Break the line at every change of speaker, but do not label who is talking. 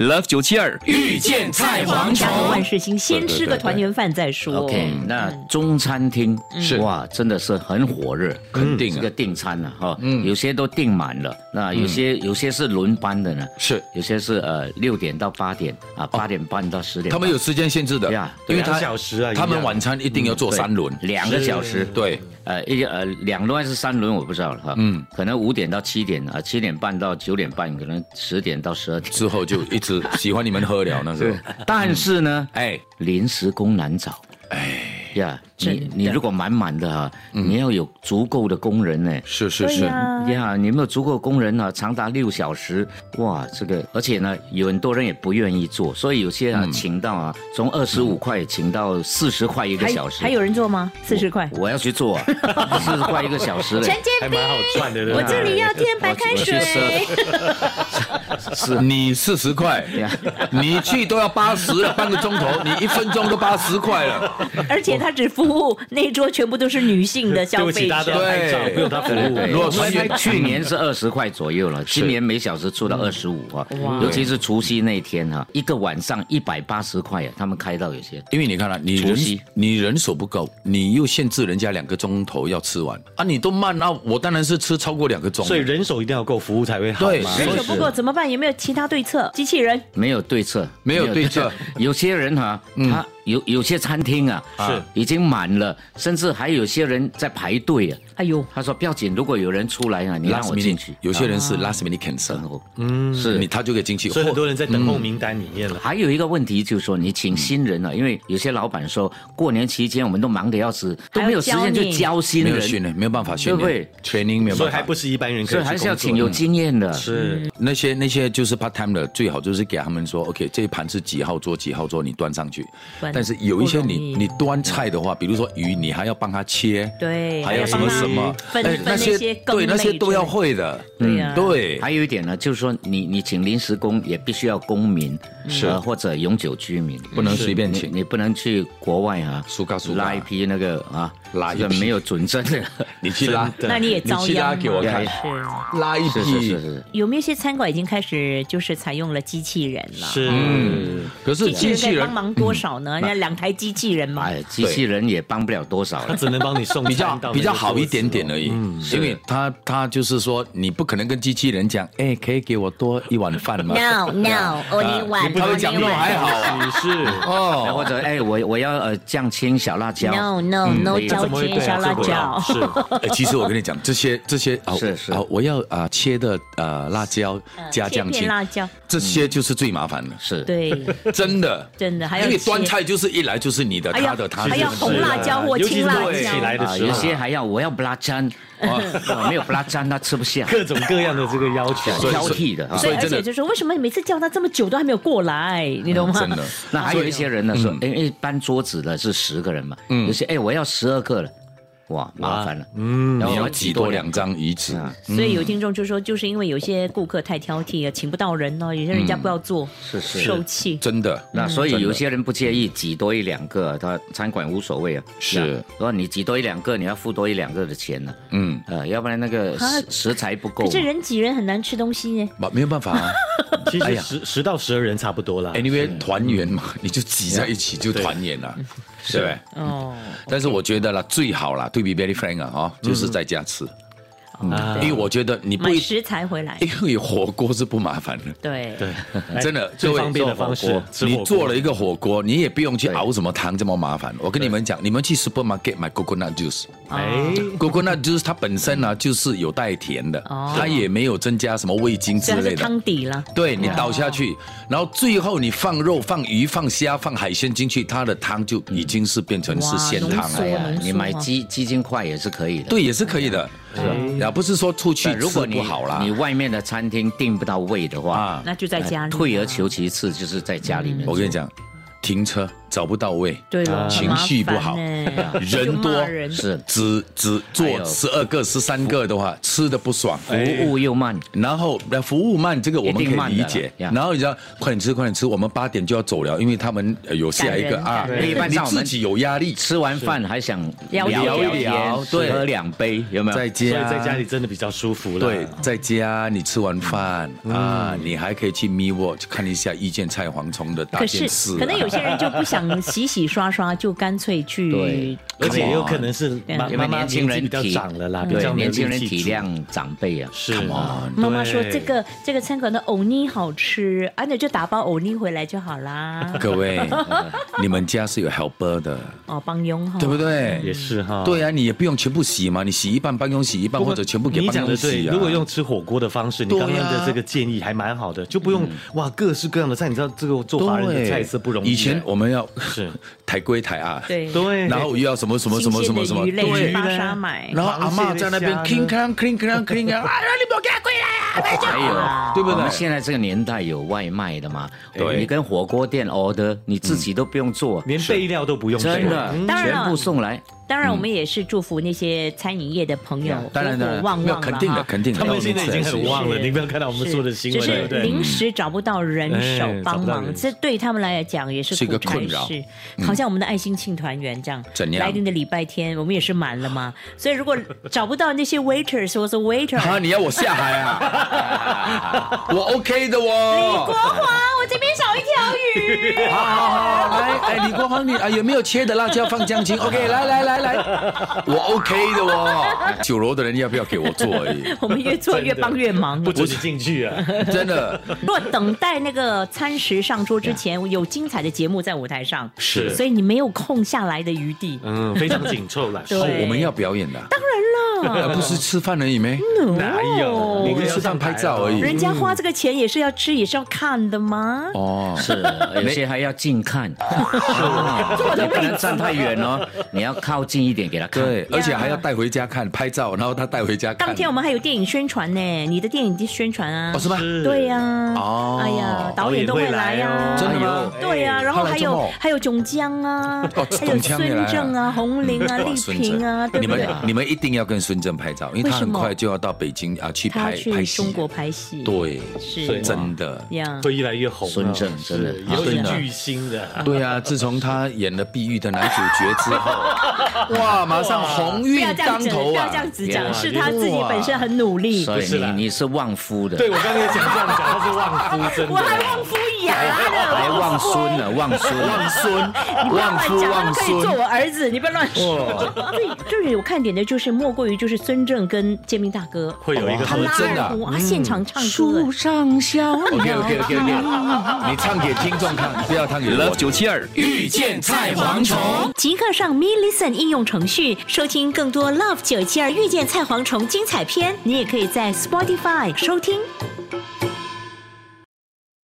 Love 九七二遇见菜蝗
家的万
虫，
事兴，先吃个团圆饭再说。嗯
OK，那中餐厅
是
哇，真的是很火热，
肯定啊
这个订餐了哈，
嗯
有些都订满了，那有些有些是轮班的呢，
是
有些是呃六点到八点啊，八点半到十点
哦
半，
他们有时间限制的
呀，
因为他
两小时啊
他
一
们
样
晚餐一定要做
对
三轮，
两个小时，
对，
呃一呃两轮还是三轮我不知道了哈，嗯，可能五点到七点啊，七点半到九点半，可能十点到十二点，
之后就一直喜欢你们喝了那个，
但是呢，
哎，
临时工难找。哎呀，你你如果满满的哈、
嗯
你要有足够的工人呢。
是是
对
是，
呀，
呀，你没有足够的工人啊，长达六小时，哇，这个，而且呢，有很多人也不愿意做，所以有些啊，请到啊，从二十五块请到四十块一个
还
小时，
还有人做吗？四十块，
我要去做啊，四十块一个小时嘞
陈，
还
建斌
蛮，好赚的，对不
我
对
这里要添白开水
我。去
是你四十块，你去都要八十了，半个钟头， 你一分钟都八十块了，
而且他只服务那一桌，全部都是女性的消
对不起，
费
大家都
者。
要拍照，
对
不用他服
对
务。
对，
如果
我
团圆
们去年是二十块左右了，今年每小时出到二十五啊，尤其是除夕那天哈、一个晚上一百八十块啊，他们开到有些。
因为你看了、啊你
除
人
夕
你人手不够，你又限制人家两个钟头要吃完啊，你都慢啊，我当然是吃超过两个钟，
所以人手一定要够，服务才会好
对
嘛。
人手不够怎么办？有没有其他对策？机器人
没有对策，
没有对策。嗯
有些人哈、他有有些餐厅啊，
是
已经满了，甚至还有些人在排队啊。
哎呦，
他说不要紧，如果有人出来啊，你让
last
我
minute，
进去。
有些人是 last minute cancer，
嗯，
你
是。
他就可以进去，
所以很
或
多人在等候名单里面了。
还有一个问题就是说，你请新人
嗯
啊，因为有些老板说过年期间我们都忙得要死，都没有时间去教新
没有
人，
训练，没有办法训
对不
练
对
，training 没有
所以
办
还
法
不。是一般人可以
所
去
以还是要请
工
有
作的
经验的。
是
那些那些就是 part time 的，最好就是给他们说，OK，这一盘是几号桌几号桌，你端上去。
端
但是有一些
不容
你
易
你端菜的话，比如说鱼，你还要帮他切，
对
还要什么
还要帮他
什么，
分
哎
分那些羹
对那些
类
都要
之类
会的，
对啊
嗯
呀
对，
还有一点呢，就是说你你请临时工也必须要公民，是、或者永久居民，
不能随便
你
请。
你不能去国外啊，
苏嘎苏嘎
拉一批那个啊，
拉一批
这个没有准证 的，
你去拉，
真的
那你也遭
去拉
殃
给我
嘛
看
是。
拉一
是是
批
是。是，
有没有一些餐馆已经开始就是采用了机器人了？
是，
嗯可是机器
机器人可以
人
帮忙多少呢？人家两台机器人嘛，
哎，机器人也帮不了多少
他
了。
只能帮你送
比较
餐到
比较
那个
好一点
桌子
点而已，
是
因为他他就是说，你不可能跟机器人讲，哎，可以给我多一碗饭吗
No, no, only
啊
one,
他会讲
only
no
one
还好啊
哦。是，
然后
哦，
或者哎，我我要呃酱青小辣椒
No, no, no，
嗯
椒
怎么会
青
对
小
啊
辣
这不要
椒。
是
哎其实我跟你讲，这些这些啊
是是
啊，我要啊切的呃辣椒加酱
嗯切
青
片，辣椒，
这些就是最麻烦的，
是，
对，
真的
真的还有
因为
切
端菜就是一来就是你的，
哎呀
他的他
还要
的，
红辣椒或青辣椒
尤其是早起来的
啊，
时候，
有些还要我要不拉沾， 哦，没有不拉沾他吃 不下，
各种各样的这个要求。
所以
挑剔的啊。
所
对，
以
而
真的
且就是为什么每次叫他这么久都还没有过来，你懂吗？
真的。
那还有一些人呢
嗯
说，因为一般桌子的是十个人嘛，有些哎我要十二个了，哇麻烦了，嗯，然
你
后
要
我
挤多两张椅子，
所以有听众就说，就是因为有些顾客太挑剔了，请不到人哦，有些人家不要做，
嗯
是是嗯
受气。
真的。
那所以
真的
有些人不介意挤多一两个，他餐馆无所谓啊。
是
呀，然后你挤多一两个，你要付多一两个的钱呢、
嗯，
呃，要不然那个
啊
食食材不
可
够嘛。
是人挤人很难吃东西耶，
没没有办法 啊。
其
哎
实
呀
十十到十二人差不多啦。
Anyway，团圆嘛，
嗯
你就挤在一起就团圆了，对不对？
哦，
但是我觉觉得啦，最好啦，对比 Very Frank 啊，哈，
嗯
就是在家吃，
嗯
嗯
啊
因为我觉得你不
买
一，
食材回来，
因为火锅是不麻烦的。
对，
对，
真的，
哎最
各位
方便的方
做
式
火锅，
吃火
你
锅
做了一个火锅，你也不用去熬什么汤这么麻烦。我跟你们讲，你们去 supermarket 买 coconut
哦
juice，coconut
哎，
juice 它本身呢就是有带甜的，
哦
它也没有增加什么味精之
所以它
类
是
的。
汤底了。
对你倒下去，然后最后你放肉、放鱼、放虾、放海鲜进去，它的汤就已经是变成是
哇
鲜
浓
汤
缩
了。
哎呀
浓缩
你买
啊
鸡鸡精块也是可以的。
对，也是可以的，也不是说出去
但如果
吃
你
不好啦
你。外面的餐厅订不到位的话，呃
啊
那就在家里啊
嗯退而求其次，就是在家里面。
我跟你讲，停车找不到位，
对了，
啊情绪不好 人
人
多
人
是
只只
还
做
有
十二个、十三个的话，吃的不爽。
服务又慢，
然后那服务慢，这个我们
哎一定
可
慢
以理
的啦
解。
呀
然后你知道，快点吃，快点吃，我们八点就要走了，因为他们呃有下一个
赶人
啊
赶，人
另一半
你
上我
自
们
己有压力。
吃完饭还想
聊一聊
一聊，
对
喝两杯，有没有？
在
所以
家，
在家里真的比较舒服了。
对，在家你吃完饭啊，你还可以去 Mi w o 去看一下遇见蔡黄虫的大
可
电
是
视啊。
可能有些人就不想洗洗刷刷，就干脆去
对。
而且也有可能是妈
啊
因
妈
为
妈
年轻人
年纪比较
体
长了
嗯
啦，比
对
较没有
年轻人
力气
体
煮
谅长辈啊。
是
Come on
妈妈说
对
这个这个餐馆的藕泥好吃，啊，那就打包藕泥回来就 好啦。
各位，你们家是有 helper 的，
哦，帮佣哈，
对不
也
对？
是哈。
对啊，你也不用全部洗嘛，你洗一半，帮佣洗一半，
不过
或者全部给
你
帮
讲的
佣
对，
洗啊。
如果用吃火锅的方式，你
对
刚
啊
刚的这个建议还蛮好的，就不用哇各式各样的菜，你知道这个做法人的
对
菜色不容易。
以前我们要
是
抬归抬啊，
对
对，
然后又要什么什么什么什么什么，
新鲜的鱼类
对
去。巴沙买，
然后阿嬷在那边
螃蟹
cling
的
clang cling clang cling clang，哎呀，你不要给他归来啊！
还有，
对不对
我们现在这个年代有外卖的嘛，
对
你跟火锅店 order，你自己都不用做，
连备料都不用备，
真的
嗯
当然
全
了
部送来。
当然，我们也是祝福那些餐饮业的朋友，
嗯当然
火火
当然
旺
没有
旺
肯定的肯定的
他们现在已经很旺了，
是
你不要看到我们做的新闻，
只
对
是
不对？
临时找不到人手
哎
嗯
帮
找不到
忙，
人
这对他们来讲也是
是一
苦
个
差
困扰嗯
事。好像我们的爱心庆团员这样，
怎样
来临的礼拜天我们也是满 了嘛，所以如果找不到那些 waiters 或者 waiter，
啊，你
李
要我下海啊？ 我 OK 的
国
哦。
华，我这边少一条 鱼，
好好好，来，哎，李国煌，你啊有没有切的辣椒放姜精？OK，来来来来，我 OK 的哦。酒楼的人要不要给我做而已？
我们越做越帮越忙。
不准你进去啊！
真的，
如果等待那个餐食上桌之前，有精彩的节目在舞台上，
是
所以你没有空下来的余地。
嗯，非常紧凑啦。
对
哦，我们要表演的，当然了，不是吃饭而已没，
嗯
哪有？
我们吃饭拍照而已
哦人家花这个钱也是要吃，也是要看的吗？
哦，
是，有些还要近看，啊你不能站太远哦，你要靠近一点给他看。
对，而且还要带回家看拍照，然后他带回家看。
当天我们还有电影宣传呢，你的电影宣传啊
哦，是吗？
是
对呀、
哦
哎呀，导演都会来呀、
啊
导演会来哦
真的吗
哎呦
对呀、然后还
他来
有
做梦
还有囧江啊，
哦
还有
囧江也来
孙
啊
正啊、红玲 啊、丽
孙
萍啊，对
你
不
们
对？
你们一定要跟孙正拍照，因为他
为什
很
么
快就要到北京啊去
他
拍
去
拍戏。
中国拍戏，，
对，
是
真的。
呀。
会越来越红啊。
孙正真的
是以后
真
是
的
巨星的。
对啊，自从他演了《碧玉》的男主角之后， 哇，马上鸿
不
运
要这样
当
子，
头
不要
啊
这！样子
哇
讲，是他自己
哇
本身很努力。
所以
不是啦
你你是旺夫的，
对，我刚刚也讲这样讲，他是旺夫，真的。
我还旺夫牙呢，
还旺孙呢，旺孙，
旺孙
你，不要
旺夫
乱讲，
旺
他都可以做
孙，
我儿子，你不要乱说。对，就是我看点的就是莫过于就是孙正跟建明大哥
会有一个
他
合
拉
真的
二
啊
胡，他现场唱歌
树。上小
OK
鸟
OK OK OK，你唱给听众看，不要唱给我。九七二遇见蔡蝗虫，
即刻上 Me Listen 应用程序收听更多 Love 九七二遇见菜蝗虫精彩片，你也可以在 Spotify 收听。